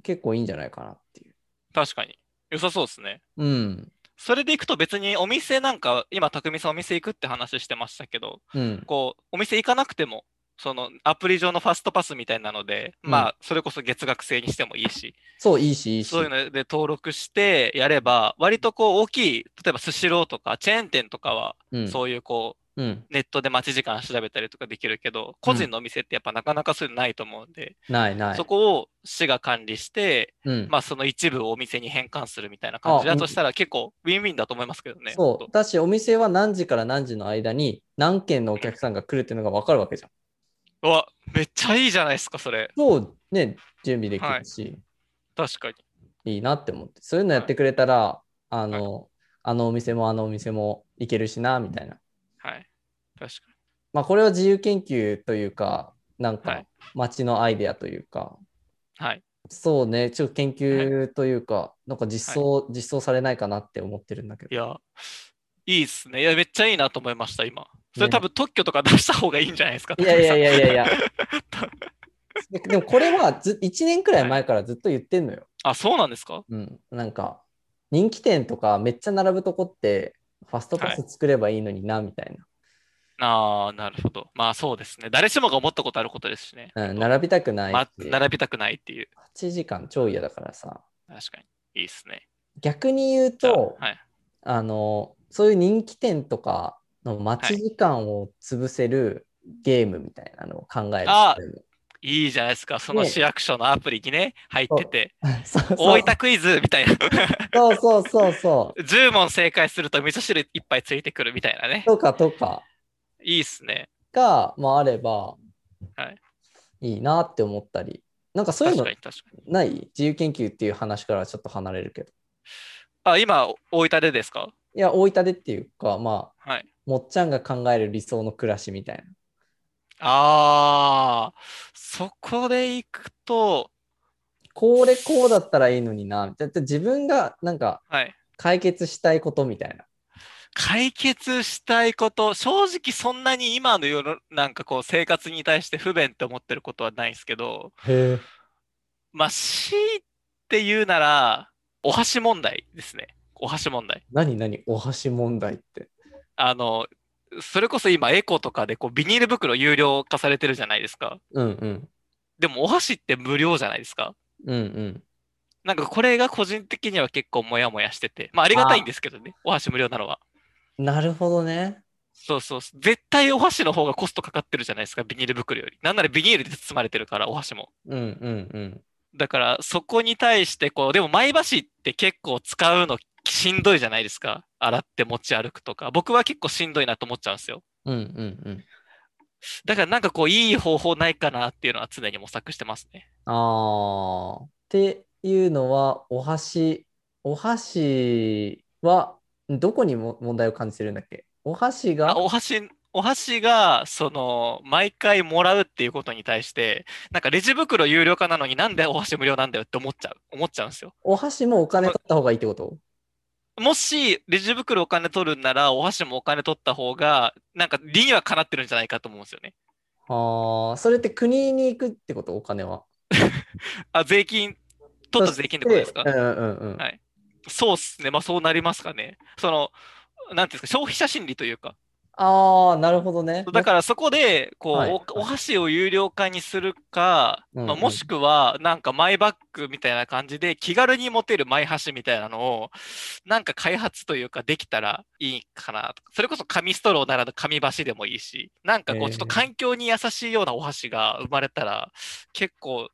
S1: 結構いいんじゃないかなっていう。
S2: 確かに。良さそうですね。
S1: うん。
S2: それで行くと別にお店なんか、今、匠さんお店行くって話してましたけど、
S1: うん。
S2: こう、お店行かなくても、そのアプリ上のファストパスみたいなので、
S1: うん
S2: まあ、それこそ月額制にしてもいいし、
S1: そう、いいし、いいし。
S2: そういうので登録してやれば、割とこう大きい、例えばスシローとかチェーン店とかは、
S1: うん
S2: そういうこ
S1: うん。
S2: う、ネットで待ち時間調べたりとかできるけど、個人のお店ってやっぱなかなかそういうのないと思うんで、
S1: ないない。
S2: そこを市が管理して、
S1: うん。
S2: まあその一部をお店に返還するみたいな感じ
S1: あ
S2: だとしたら結構ウィンウィンだと思いますけどね。
S1: そ
S2: 本
S1: う。だし、お店は何時から何時の間に何件のお客さんが来るっていうのが分かるわけじゃん。
S2: 当うわ、めっちゃいいじゃないですか、それ。
S1: そう、ね、準備できるし、
S2: 確かに。
S1: い、いなって思って。そういうのやってくれたら、あの、あのお店もあのお店も行けるしな、みたいな。
S2: はい。確か
S1: まあ、これは自由研究というか、なん
S2: は
S1: か
S2: い、
S1: 街のアイデアというか、
S2: に。はい。
S1: そうね、ちょっと研究というか、なんか実装、実装されないかなって思ってるんだけ
S2: い
S1: ど。
S2: や、いいっすね。いや、めっちゃいいなと思いました、今。それ
S1: ね
S2: 多分特許とか出した方がいいんじゃないですか。。
S1: いやいやいやいやいや ででもこれはず1年くらい前からずっと言ってんのよ。
S2: あ、そうなんですか
S1: うん、なんか人気店とかめっちゃ並ぶとこってファストパス作ればいいのになみたい
S2: ああ、なるほど。まあそうですね。誰しもが思ったことあることですしね。
S1: な、うん、並びたくない
S2: ま
S1: っていう
S2: 並びたくないっていう。
S1: 8時間超嫌だからさ
S2: 確かに。いいですね。
S1: 逆に言う
S2: じゃあ
S1: とあ、
S2: はい。
S1: のそういう人気店とかの待ち時間を潰せるゲームみたいなのを考える
S2: あ
S1: 人もいる、
S2: いいじゃないですか。その
S1: ね
S2: 市役所のアプリにね、入ってて、
S1: そうそう
S2: 大分クイズみたいな。
S1: そうそうそうそう
S2: 10問正解すると味噌汁いっぱいついてくるみたいなね。
S1: とかとか
S2: いいっすね。
S1: が、まあ、あれば
S2: はい
S1: いいなって思ったりなんかそういう
S2: 確
S1: の
S2: かに確かに。
S1: ない自由研究っていう話からはちょっと離れるけど
S2: あ、今、大分でですか
S1: いや、大分でっていうか、まあ、
S2: はい。
S1: もっちゃんが考える理想の暮らしみたいな。
S2: ああ、そこで行くと、
S1: これこうだったらいいのにな、みたいな。自分がなんか
S2: はい。
S1: 解決したいことみたいな。
S2: 解決したいこと、正直そんなに今の世のなんかこう生活に対して不便って思ってることはないんですけど、
S1: へ
S2: まあ、強いて言うなら、お箸問題ですね。お箸問題。
S1: 何何お箸問題って。
S2: あの、それこそ今エコとかでこうビニール袋有料化されてるじゃないですか。
S1: うんうん。
S2: でもお箸って無料じゃないですか。
S1: うんうん。
S2: なんかこれが個人的には結構モヤモヤしてて、まあありがたいんですけどね、お箸無料なのは。
S1: なるほどね。
S2: そうそうそう。絶対お箸の方がコストかかってるじゃないですか、ビニール袋より。なんならビニールで包まれてるから、お箸も。
S1: うんうんうん。
S2: だから、そこに対して、こう、でも、前箸って結構使うのしんどいじゃないですか。洗って持ち歩くとか。僕は結構しんどいなと思っちゃうんですよ。
S1: うんうんうん。
S2: だから、なんかこう、いい方法ないかなっていうのは常に模索してますね。
S1: あー。っていうのは、お箸、お箸は、どこにも問題を感じてるんだっけお箸
S2: あ
S1: が、
S2: お箸、お箸が、その、毎回もらうっていうことに対して、なんかレジ袋有料化なのになんでお箸無料なんだよって思っちゃう。思っちゃうんですよ。
S1: お箸もお金取った方がいいってこと
S2: もしレジ袋お金取るんならお箸もお金取った方がなんか理にはかなってるんじゃないかと思うんですよね。
S1: ああ、それって国に行くってことお金は。
S2: あ税金取った税金ってことですか
S1: そしてうんうんうん。
S2: はいそうっすねまあそうなりますかね。そのなんていうんですか消費者心理というか
S1: ああ、なるほどね。
S2: だからそこでこう、
S1: はい
S2: おお箸を有料化にするか、
S1: うんうん
S2: まあ、もしくはなんかマイバッグみたいな感じで気軽に持てるマイ箸みたいなのをなんか開発というかできたらいいかなとかそれこそ紙ストローならぬ紙箸でもいいしなんかこ
S1: えー
S2: うちょっと環境に優しいようなお箸が生まれたら結構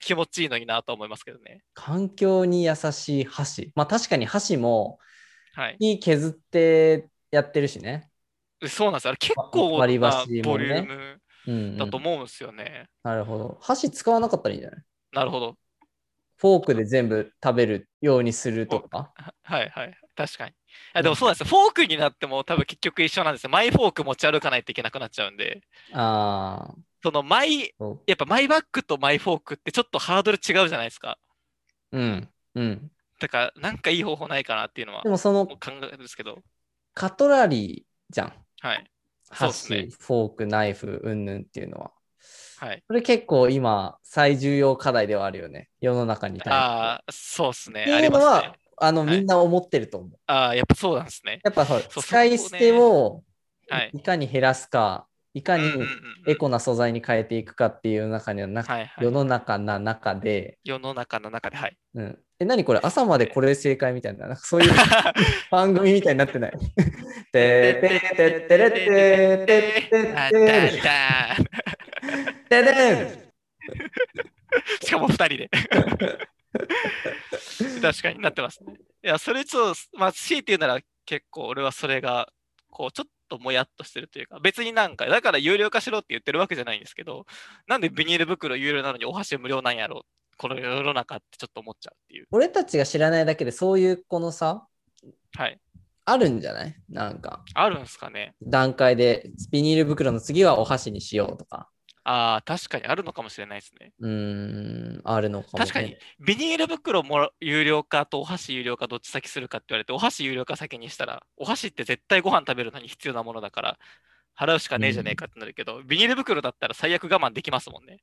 S2: 気持ちいいのになと思いますけどね。
S1: 環境に優しい箸。まあ確かに箸も
S2: はい。
S1: 木削ってやってるしね。
S2: そうなんですよ。あれ結構
S1: 割り
S2: な
S1: 箸も
S2: ボ
S1: ね
S2: リューム
S1: うん、うん
S2: だと思うんですよね。
S1: なるほど。箸使わなかったらいいんじゃない
S2: なるほど。
S1: フォークで全部食べるようにするとか。
S2: ははいはい。確かに。あでもそうなんですよ。フォークになっても多分結局一緒なんですよ。マイフォーク持ち歩かないといけなくなっちゃうんで、
S1: ああ、
S2: そのマイ、
S1: そう
S2: やっぱマイバッグとマイフォークってちょっとハードル違うじゃないですか。
S1: うん。うん。
S2: だから、なんかいい方法ないかなっていうのは
S1: でもその
S2: もう考えるんですけど、
S1: カトラリーじゃん。
S2: はい。そうっ
S1: 箸、
S2: すね
S1: フォーク、ナイフ、うんぬんっていうのは。
S2: はい。
S1: これ結構今、最重要課題ではあるよね。世の中に対して。
S2: ああ、そうですね。
S1: って
S2: あ
S1: い
S2: り
S1: うの
S2: ま
S1: は、
S2: すね。
S1: あの、
S2: はい
S1: みんな思ってると思う。
S2: ああ、やっぱそうなんですね。
S1: やっぱそう
S2: そう
S1: 使い捨てを
S2: はい。
S1: いかに減らすか、いか
S2: うんうん
S1: に
S2: うんうん
S1: エコな素材に変えていくかっていう中にはな、
S2: はいはい
S1: 世の中な中で、
S2: 世の中の中で、はい。
S1: うん、え、何これ朝までこれ正解みたいな、なんかそういう番組みたいになってない。てててててれててて
S2: あ
S1: てて
S2: だだ
S1: てれ
S2: しかも2人で。 確かになってますね。いや、それちょっと、まあ、強いて言うなら結構俺はそれが、こう、ちょっともやっとしてるというか、別になんか、だから有料化しろって言ってるわけじゃないんですけど、なんでビニール袋有料なのにお箸無料なんやろこの世の中ってちょっと思っちゃうっていう。
S1: 俺たちが知らないだけでそういうこのさ、
S2: はい。
S1: あるんじゃないなんか
S2: あるんですかね。
S1: 段階でビニール袋の次はお箸にしようとか。
S2: ああ、確かにあるのかもしれないですね。
S1: うーん、あるのかも、ね。
S2: 確かに。、ビニール袋もら有料化とお箸有料化どっち先するかって言われて、お箸有料化先にしたら、お箸って絶対ご飯食べるのに必要なものだから、払うしかねえじゃねえかってなるけど、ビニール袋だったら最悪我慢できますもんね。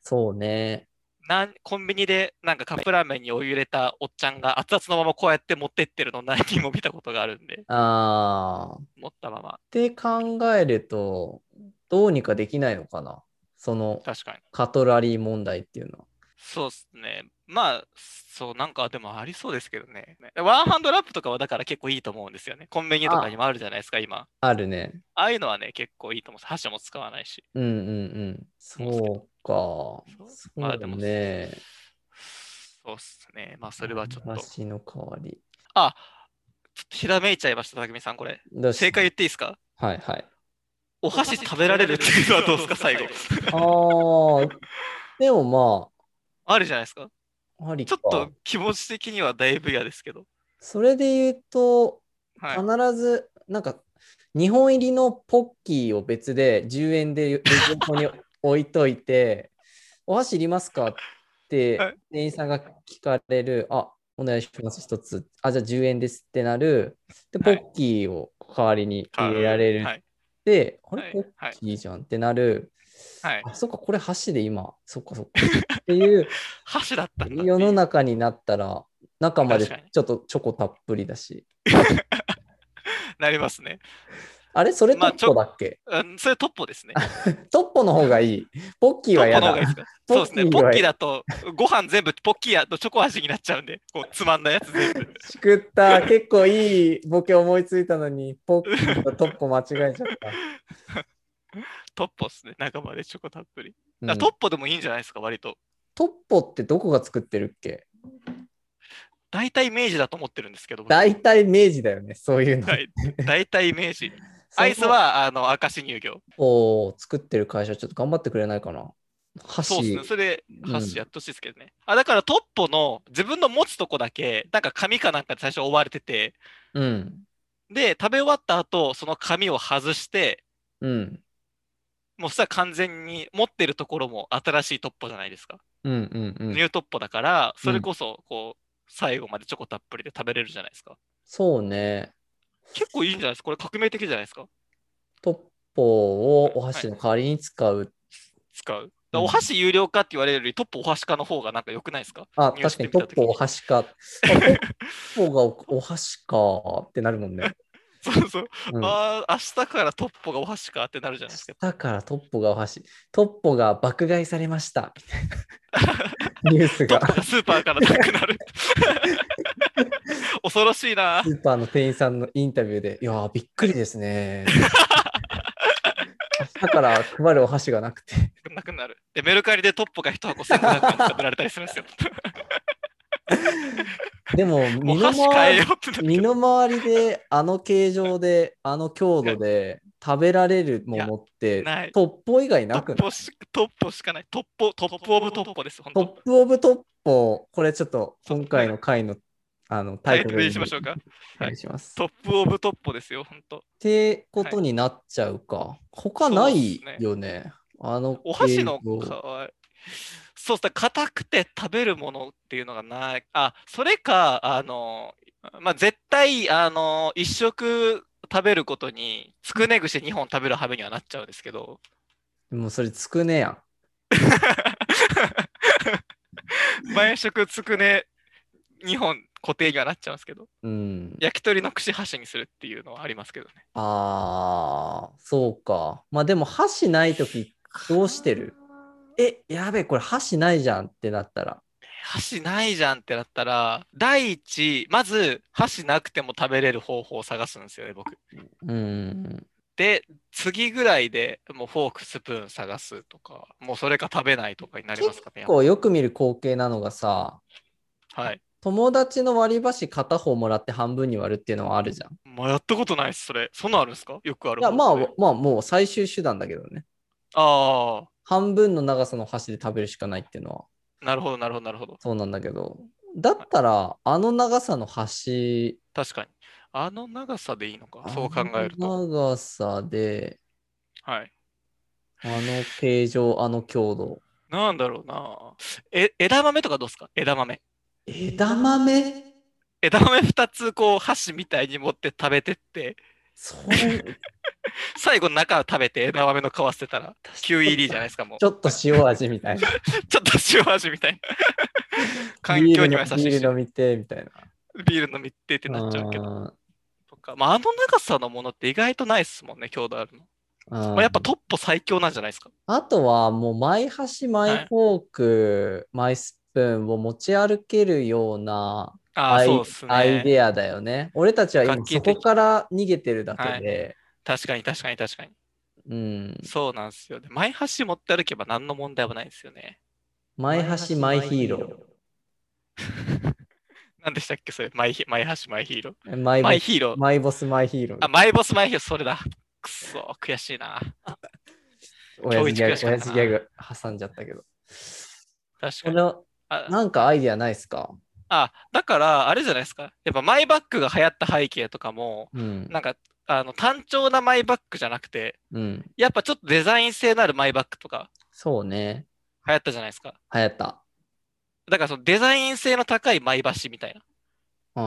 S1: そうね。
S2: なんコンビニでなんかカップラーメンにお湯入れたおっちゃんが熱々のままこうやって持ってってるの何人も見たことがあるんで、
S1: ああ。っ
S2: 持ったまま。
S1: て考えると、どうにかできないのかなその
S2: 確かに。
S1: カトラリー問題っていうのは。
S2: そうですね。まあ、そう、なんかでもありそうですけどね。ワンハンドラップとかはだから結構いいと思うんですよね。コンビニとかにもあるじゃないですか、今。
S1: あるね。
S2: ああいうのはね、結構いいと思う。箸も使わないし。
S1: うんうんうん。そうか。
S2: う
S1: そう
S2: まあでも
S1: ね。
S2: そうっすね。まあ、それはちょっと。
S1: 話の代わり。
S2: あちょっとひらめいちゃいました、たくみさん、これ。
S1: どうし
S2: 正解言っていいですか
S1: はいはい。
S2: お箸食べられるっていうのはどうですか、最後。
S1: あ あ。でも
S2: あるじゃないですか。
S1: まあ、あり
S2: ちょ
S1: か
S2: っと気持ち的にはだいぶ嫌ですけど。
S1: それで言うと、
S2: はい。
S1: 必ず、なんか、2本入りのポッキーを別で10円で冷蔵庫に置いといて、 お箸いりますかって
S2: はい
S1: 店員さんが聞かれる、あ、お願いします、一つ。あ、じゃあ10円ですってなる。で、ポ
S2: はい
S1: ッキーを代わりに入れられる
S2: は
S1: っ
S2: い。
S1: て、あ
S2: は
S1: れ、
S2: い
S1: ポッキーいいじゃんってなる。
S2: はい。
S1: あ、そっか、これ箸で今、そっかそっか。って いう
S2: 箸だったんだっていう
S1: 世の中になったら、中まで
S2: 確かに
S1: ちょっとチョコたっぷりだし。
S2: なりますね。
S1: あれそれト
S2: まあ
S1: ッポだっけ、
S2: うん、それトッ ポですね。
S1: トッポの方がいい。ポッキーは嫌
S2: トッ
S1: だ
S2: ポの方がいい。ですか
S1: ポッキー
S2: そうですね。ポッ
S1: は
S2: キーだと、ご飯全部ポッキーやとチョコ味になっちゃうんで、こう、つまんだやつ全 部。
S1: しくった。結構いいボケ思いついたのに、ポッキーとトッポ間違えちゃった。
S2: トッポですね。中までチョコたっぷり。
S1: うん
S2: だからトッポでもいいんじゃないですか、割と。
S1: トッポってどこが作ってるっけ
S2: 大体イメージだと思ってるんですけど、僕
S1: 大体明治だよね、そういうの。
S2: はい大体イメージ。
S1: その
S2: アイスは、あの、明石乳業。
S1: を作ってる会社、ちょっと頑張ってくれないかな。箸
S2: そうですね。それ
S1: う、ん
S2: 箸やっとしいですけどね。あ、だからトッポの自分の持つとこだけ、なんか紙かなんかで最初覆われてて、
S1: うん。
S2: で、食べ終わった後、その紙を外して、
S1: うん。
S2: もうそしたら完全に持ってるところも新しいトッポじゃないですか。
S1: うんうんうん。
S2: ニュートッポだから、それこそ、こう、最後までチョコたっぷりで食べれるじゃないですか。
S1: そうね。
S2: 結構いいんじゃないですか。これ革命的じゃないですか。
S1: トッポをお箸の代わりに使う。
S2: 使う。だからお箸有料化って言われるより、トップお箸化の方がなんか良くないですか
S1: あ、
S2: 入手
S1: 確か
S2: して
S1: に
S2: み
S1: ト
S2: た
S1: ッポお箸か。あトッポがおお箸かってなるもんね。
S2: そうそう。
S1: うん
S2: ああ、明日からトッポがお箸かってなるじゃないですか。
S1: だからトッポがお箸。トッポが爆買いされま した。ニュース
S2: ト
S1: が
S2: ッポがスーパーからなくな る。恐ろしいな
S1: ス。ーパーの店員さんのインタビューで、いやー、びっくりですね。だから配るお箸がなくて、
S2: なくなる。で、メルカリでトップが1箱1500円で売られたりするんですよ。
S1: でも、
S2: も
S1: 身
S2: う
S1: の
S2: 箸変え
S1: 回
S2: よ
S1: り、
S2: うってなって
S1: 身の回りで、あの形状で、あの強度で、食べられるものって
S2: ない、
S1: トッポ以外な
S2: ト
S1: くな
S2: ッ
S1: い
S2: ポしトッポしかない。トッポ、トップオブトッポです。本
S1: ト
S2: 当
S1: ップオブトッポ、これちょっと今回の回のあのタ
S2: タ
S1: イ
S2: イ
S1: ト
S2: ト
S1: ル
S2: ルにしましょうか。
S1: お願いします。っ
S2: トップオブトッポですよ、本当。
S1: てことになっちゃうか。他ないよね。あの
S2: お箸の
S1: 形
S2: か
S1: 状
S2: わいそうだ、硬くて食べるものっていうのがない。あ、それか、あの、まあ、絶対、あの、一食食べることに、つくね串2本食べる羽目にはなっちゃうんです けど、
S1: もうそれつくねやん。
S2: 毎食つくね2本固定にはなっちゃうんですけど、
S1: うん。
S2: 焼き鳥の串箸にするっていうのはありますけどね。
S1: あー、そうか。まあでも箸ないときどうしてるえ、やべえ、これ箸ないじゃんってなったら。
S2: 箸ないじゃんってなったら、第一、まず箸なくても食べれる方法を探すんですよね、僕。
S1: うん。
S2: で、次ぐらいでもうフォーク、スプーン探すとか、もうそれか食べないとかになりますかね
S1: 結。構よく見る光景なのがさ、
S2: はい。
S1: 友達の割り箸片方もらって半分に割るっていうのはあるじゃん。
S2: まあ、やったことないです、それ。そんなんあるんですかよくある
S1: いや、まあ
S2: 方法で、
S1: まあ、もう最終手段だけどね。
S2: あ
S1: 半分の長さの箸で食べるしかないっていうのは
S2: あ、なるほど、なるほど、なるほど。
S1: そうなんだけど。だったら、あの長さの箸、
S2: 確かに。あの長さでいいのか、そう考える
S1: あ
S2: と。
S1: の長さで、
S2: はい。
S1: あの形状、あの強度。
S2: なんだろうな。え、枝豆とかどうですか枝豆。
S1: 枝豆
S2: 枝豆2つ、こう、箸みたいに持って食べてって、
S1: そう、
S2: 最後中食べて枝豆の皮捨てたら 9ED じゃないですかもう
S1: ちょっと塩味みたいな。
S2: ちょっと塩味み たいな 環境には優しいし
S1: ビ
S2: ビ
S1: ール飲みて、みたいな。
S2: ール飲みってってなっちゃうけど
S1: ど。
S2: とか、まあ、あの長さのものって意外とないっすもんね強度あるの、
S1: あ
S2: まあ、やっぱトップ最強なんじゃないですか
S1: あとはもう毎箸、毎フォーク、毎スプーンを持ち歩けるような
S2: あ
S1: ア
S2: あ
S1: イ
S2: そうっす
S1: アイ
S2: ね
S1: デアだよね。俺たちは今
S2: 画期
S1: そ
S2: 的
S1: こから逃げてるだけで、
S2: 確かに確かに確かに
S1: うん、
S2: そうなんですよね前橋持って歩けば何の問題もないですよね
S1: 前箸マイヒーロ
S2: 何でしたっけそれ前ひ前橋マイヒーロ
S1: ー。マ
S2: ー
S1: イ
S2: マイ
S1: ボス
S2: ヒーロー
S1: マイボスマイヒーロ
S2: あ
S1: ー。
S2: マイボスマイヒーローそれだくそ悔しいな
S1: 親父ギ
S2: 今日一悔し
S1: ャグ、親
S2: かったな
S1: 父ギャグ挟んじゃったけど。
S2: 確か
S1: こ
S2: に
S1: の
S2: あ
S1: なんかアイディアないですか
S2: あ、だから、あれじゃないですか。やっぱマイバッグが流行った背景とかも、
S1: うん。
S2: なんか、あの、単調なマイバッグじゃなくて、
S1: うん。
S2: やっぱちょっとデザイン性のあるマイバッグとか
S1: そうね。
S2: 流行ったじゃないですか。
S1: 流行った。
S2: だからそのデザイン性の高いマイ箸みたいな
S1: あ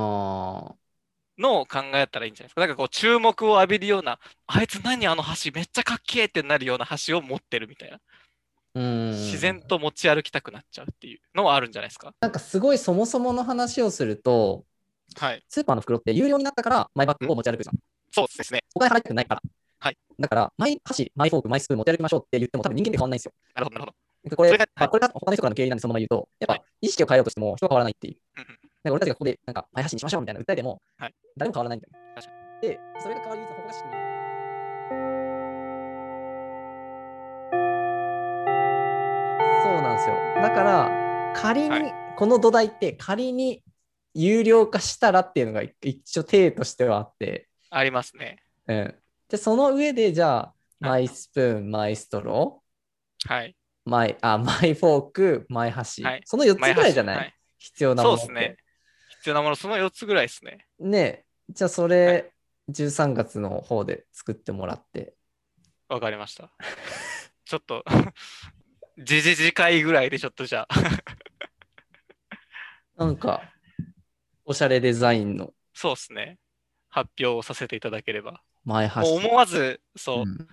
S2: のを考えたらいいんじゃないですか。なんかこう注目を浴びるような、あいつ何あの箸めっちゃかっけえってなるような箸を持ってるみたいな。
S1: ーうん。
S2: 自然と持ち歩きたくなっちゃうっていうのはあるんじゃないですか。
S1: なんかすごいそもそもの話をすると、
S2: はい。
S1: スーパーの袋って有料になったから、マイバッグを持ち歩くじゃん。
S2: そうですね。
S1: お金払いたくないから。
S2: はい。
S1: だから、マイ箸、マイフォーク、マイスプーン持ち歩きましょうって言っても多分人間って変わんないんですよ。
S2: なるほど、なるほ
S1: これ、
S2: それが
S1: まあこれが他の人からの経緯なんでそのまま言うと、やっ
S2: は
S1: ぱ意識を変えようとしても人は変わらないっていう
S2: うんうん。
S1: なんか俺たちがここで、なんか、前橋にしましょうみたいな訴えても、
S2: はい
S1: 誰も変わらないみたいな。
S2: 確か
S1: で、それが変わりに方が仕組み。そうなんですよ。だから、仮
S2: は
S1: に、この土台って仮に有料化したらっていうのが一応体としてはあって、
S2: ど。ありますね。
S1: うん。で、その上で、じゃあ、マイスプーン、マイストロー、
S2: はい。
S1: マイあマイフォーク、マイ箸、
S2: はい
S1: その4つ
S2: マイ
S1: ぐらいじゃ
S2: 箸
S1: ない、
S2: はい
S1: 必要なものって
S2: そうっすね。必要なもの、その4つぐらいですね。
S1: ねえじゃあそ
S2: は
S1: れ、13月の方で作ってもらって。
S2: わかりま した。ちょっと、 じじじ会ぐらいでちょっとじゃあ、
S1: なんか、おしゃれデザインの
S2: そうですね。発表をさせていただければ。
S1: 前
S2: もう
S1: 箸。
S2: 思わず、そう、
S1: うん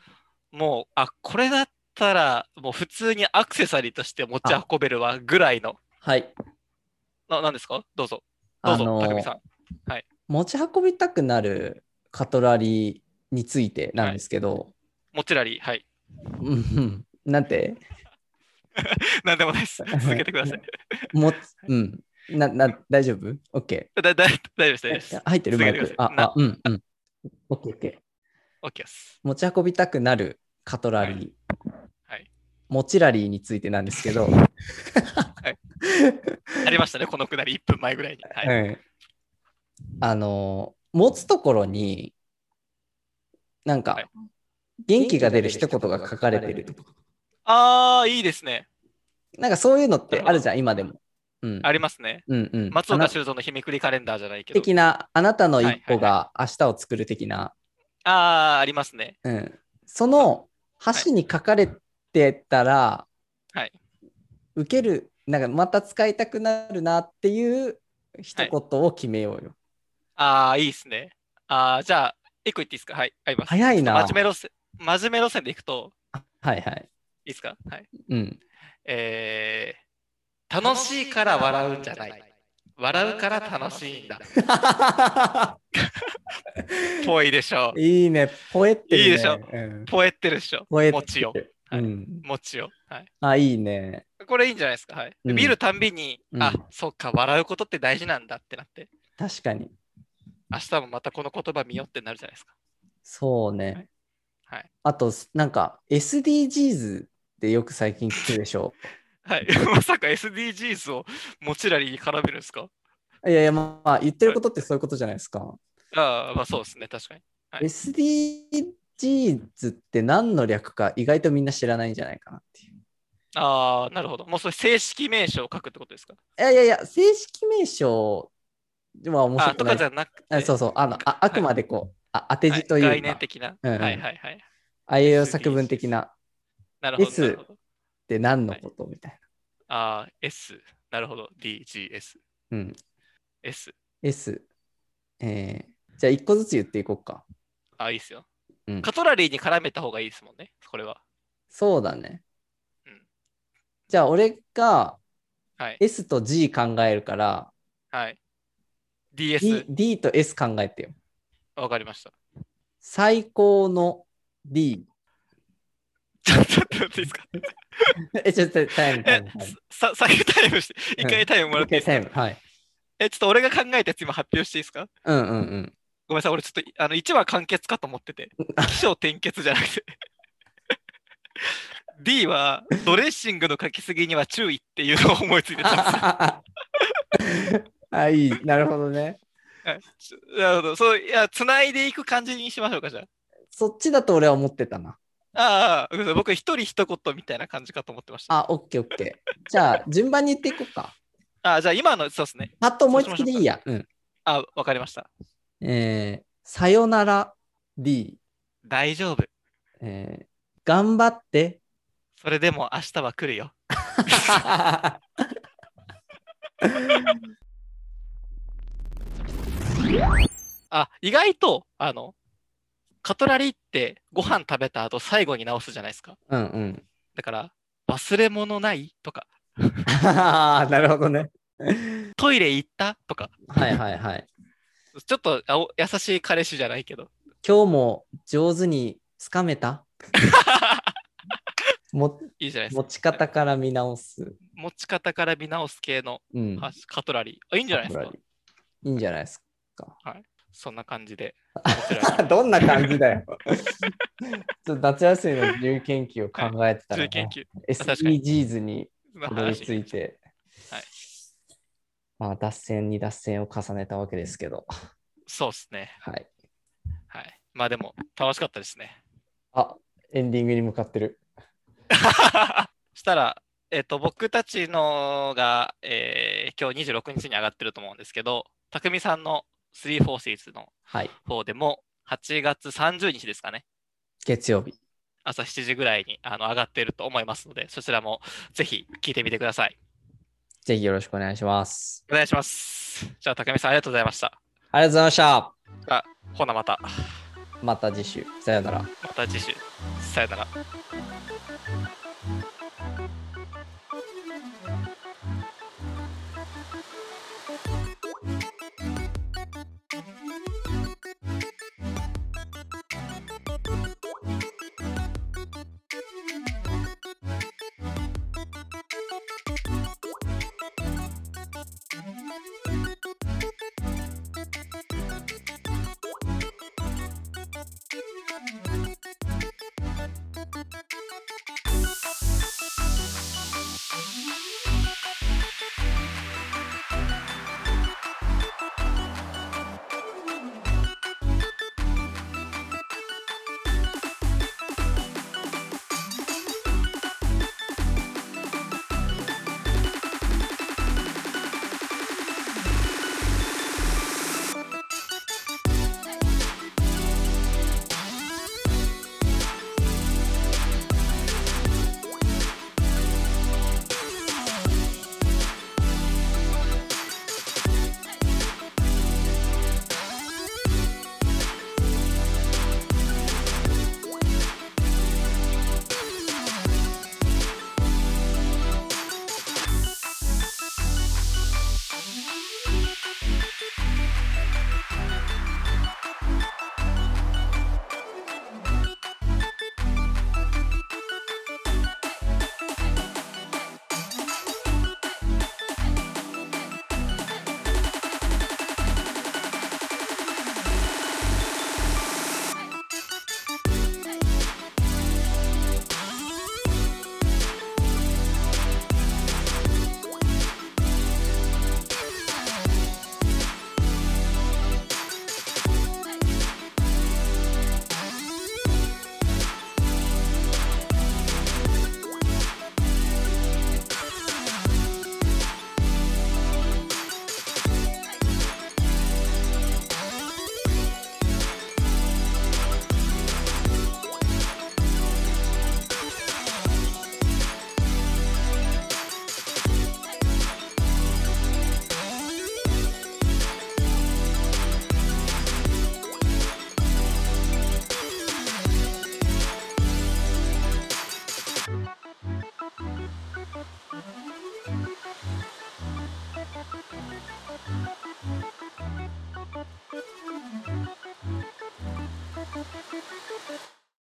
S2: もう、あ、これだったら、もう普通にアクセサリーとして持ち運べるわぐらいの、
S1: はい。
S2: ななんですかどうぞ、ど
S1: あ
S2: うぞ、たくみ
S1: の
S2: さ、ん。
S1: 持ち運びたくなるカトラリーについてなんですけど、
S2: もちらり、はい。
S1: うんうんなんて
S2: なんでもない です。続けてください。
S1: も、うん。な、な、大丈夫 ?OK。
S2: だだ大丈夫です、大丈夫です。
S1: 入ってるマイ
S2: 続けて
S1: ク
S2: く。だ
S1: あ
S2: さい、
S1: あ、うん、うん。OK、OK。
S2: OK です。
S1: 持ち運びたくなるカトラリー。
S2: はい
S1: モチラリーについてなんですけど、
S2: ありましたね、このくだり1分前ぐらいに。はい
S1: うんあの持つところになん
S2: は
S1: か
S2: い
S1: 元気が出る一言が書かれてるとか
S2: あー、いいですね。
S1: なんかそういうのってあるじゃん今でも、うん、
S2: ありますね。
S1: うんうん
S2: 松
S1: あな
S2: 岡修造の日めくりカレンダーじゃないけど。
S1: 的なあなたの
S2: は
S1: 一
S2: いは
S1: 歩
S2: いは
S1: が明日を作る的な、
S2: あー、ありますね。
S1: うん、その橋に書かれてたら、
S2: はい
S1: 受けるなんかまた使いたくなるなっていう一言を決めようよ、
S2: あー、いいですね。あー、じゃあ、1個言っていいですかはい、あります。
S1: 早いな
S2: 真面目路線真面目路線でいくと、
S1: はいはい
S2: いいですかはい。
S1: うん
S2: えー、楽しいから笑うんじゃない。笑うから楽しいんだ。ぽいでし ょ
S1: いいね、ポエってる、ね。
S2: いいでしょ
S1: うん
S2: う。ポエってるでしょ。
S1: ポエって
S2: もちよ。
S1: る
S2: はい
S1: うん。
S2: もちよ。はい。
S1: あ、いいね。
S2: これいいんじゃないですか。はい。
S1: うん
S2: 見るたんびに、
S1: うん
S2: あ、そっか、笑うことって大事なんだってなって、
S1: 確かに。
S2: 明日もまたこの言葉見ようってなるじゃないですか。
S1: そうね。
S2: はい。
S1: あと、なんか、SDGs ってよく最近聞くでしょ。
S2: はい、 まさか SDGs をもちらりに絡めるんですか
S1: いやいや、まあ、まあ、言ってることってそういうことじゃないですか。
S2: ああ、まあそうですね、確かに。はい
S1: SDGs って何の略か意外とみんな知らないんじゃないかなっていう。
S2: ああ、なるほど。もうそれ正式名称を書くってことですか
S1: いやいやいや、正式名称は面
S2: あ
S1: 白
S2: と
S1: くな
S2: か
S1: い
S2: じ。ゃなく
S1: あ
S2: て、
S1: そうそう、あの、ああくまでこう、あ当て字というか、
S2: はい概念的な。
S1: うんうん
S2: はいはいはい。
S1: あいうえお作文的なっ
S2: なるほど。
S1: S
S2: なるほど
S1: て何のことみたい
S2: ああ、S、なるほど。DGS、
S1: な。うん。
S2: S。
S1: S。えー、じゃあ一個ずつ言っていこうか。
S2: ああ、いいですよ、
S1: うん
S2: カトラリーに絡めた方がいいですもんね、これは。
S1: そうだね
S2: うん。
S1: じゃあ俺が
S2: はい。
S1: S と G 考えるから、
S2: はい。
S1: D,
S2: DS、
S1: D と S 考えてよ。
S2: わかりました。
S1: 最高の D。
S2: ちょちょっと待っていいですか
S1: え、ちょっとタイムタイ
S2: え
S1: ム。タイム、
S2: さ、さ先タイムして、
S1: うん
S2: 一回タイムもらっていい
S1: 一回
S2: ですか、
S1: タイム。はい。
S2: え、ちょっと俺が考えたやつ今発表していいですか
S1: うんうんうん。
S2: ごめんなさい、俺ちょっといあの1話完結かと思ってて、起承転結じゃなくて。D はドレッシングのかけすぎには注意っていうのを思いついてたんですよ
S1: あ あ、あいい。なるほどね。
S2: はい ちょなるほど。そういや、つないでいく感じにしましょうか、じゃあ。
S1: そっちだと俺は思ってたな。
S2: ああごめんなさい、僕一人一言みたいな感じかと思ってました。
S1: あ、オッケーオッケー。じゃあ順番に言っていこうか。
S2: ああじゃあ今の、そうですね。
S1: パッと思いつきでいいや。うん。
S2: あわかりました。
S1: えー、さよなら D。
S2: 大丈夫。
S1: えー頑張って。
S2: それでも明日は来るよ。あ、意外と、あの、カトラリーってご飯食べた後最後に直すじゃないですか。
S1: うんうん。
S2: だから、忘れ物ないとか、
S1: なるほどね。
S2: トイレ行ったとか、
S1: はいはいはい。
S2: ちょっとあお優しい彼氏じゃないけど。
S1: 今日も上手につかめ たも
S2: いいじゃないです
S1: 持
S2: か。
S1: ち方から見直す。
S2: 持ち方から見直す系の
S1: うん。
S2: はカトラリー。あいいんじゃないです
S1: カ
S2: か
S1: トラ。リーいいんじゃないです
S2: そんな感じで。
S1: か。どんな感じだよ。 ちょっと夏休みの自由研究を考えてたら、
S2: 中研
S1: ね、
S2: 究
S1: SDGs に
S2: の
S1: たどり着
S2: 話。
S1: いて、
S2: はい
S1: まあ脱線に脱線を重ねたわけですけど、
S2: そうですね。
S1: はい。
S2: はい。まあでも、楽しかったですね。
S1: あエンディングに向かってる。
S2: したら、えっと僕たちのが、えー今日26日に上がってると思うんですけど、たくみさんの3 4シーズの
S1: はい。
S2: 方でも8月30日ですかね、
S1: 月曜日。
S2: 朝7時ぐらいにあの上がってると思いますので、そちらもぜひ聞いてみてください。
S1: ぜひよろしくお願いします。
S2: お願いします。じゃあ、たくみさんありがとうございました。
S1: ありがとうございました。
S2: あほなまた、
S1: また次週。さようなら。
S2: また次週。さよなら。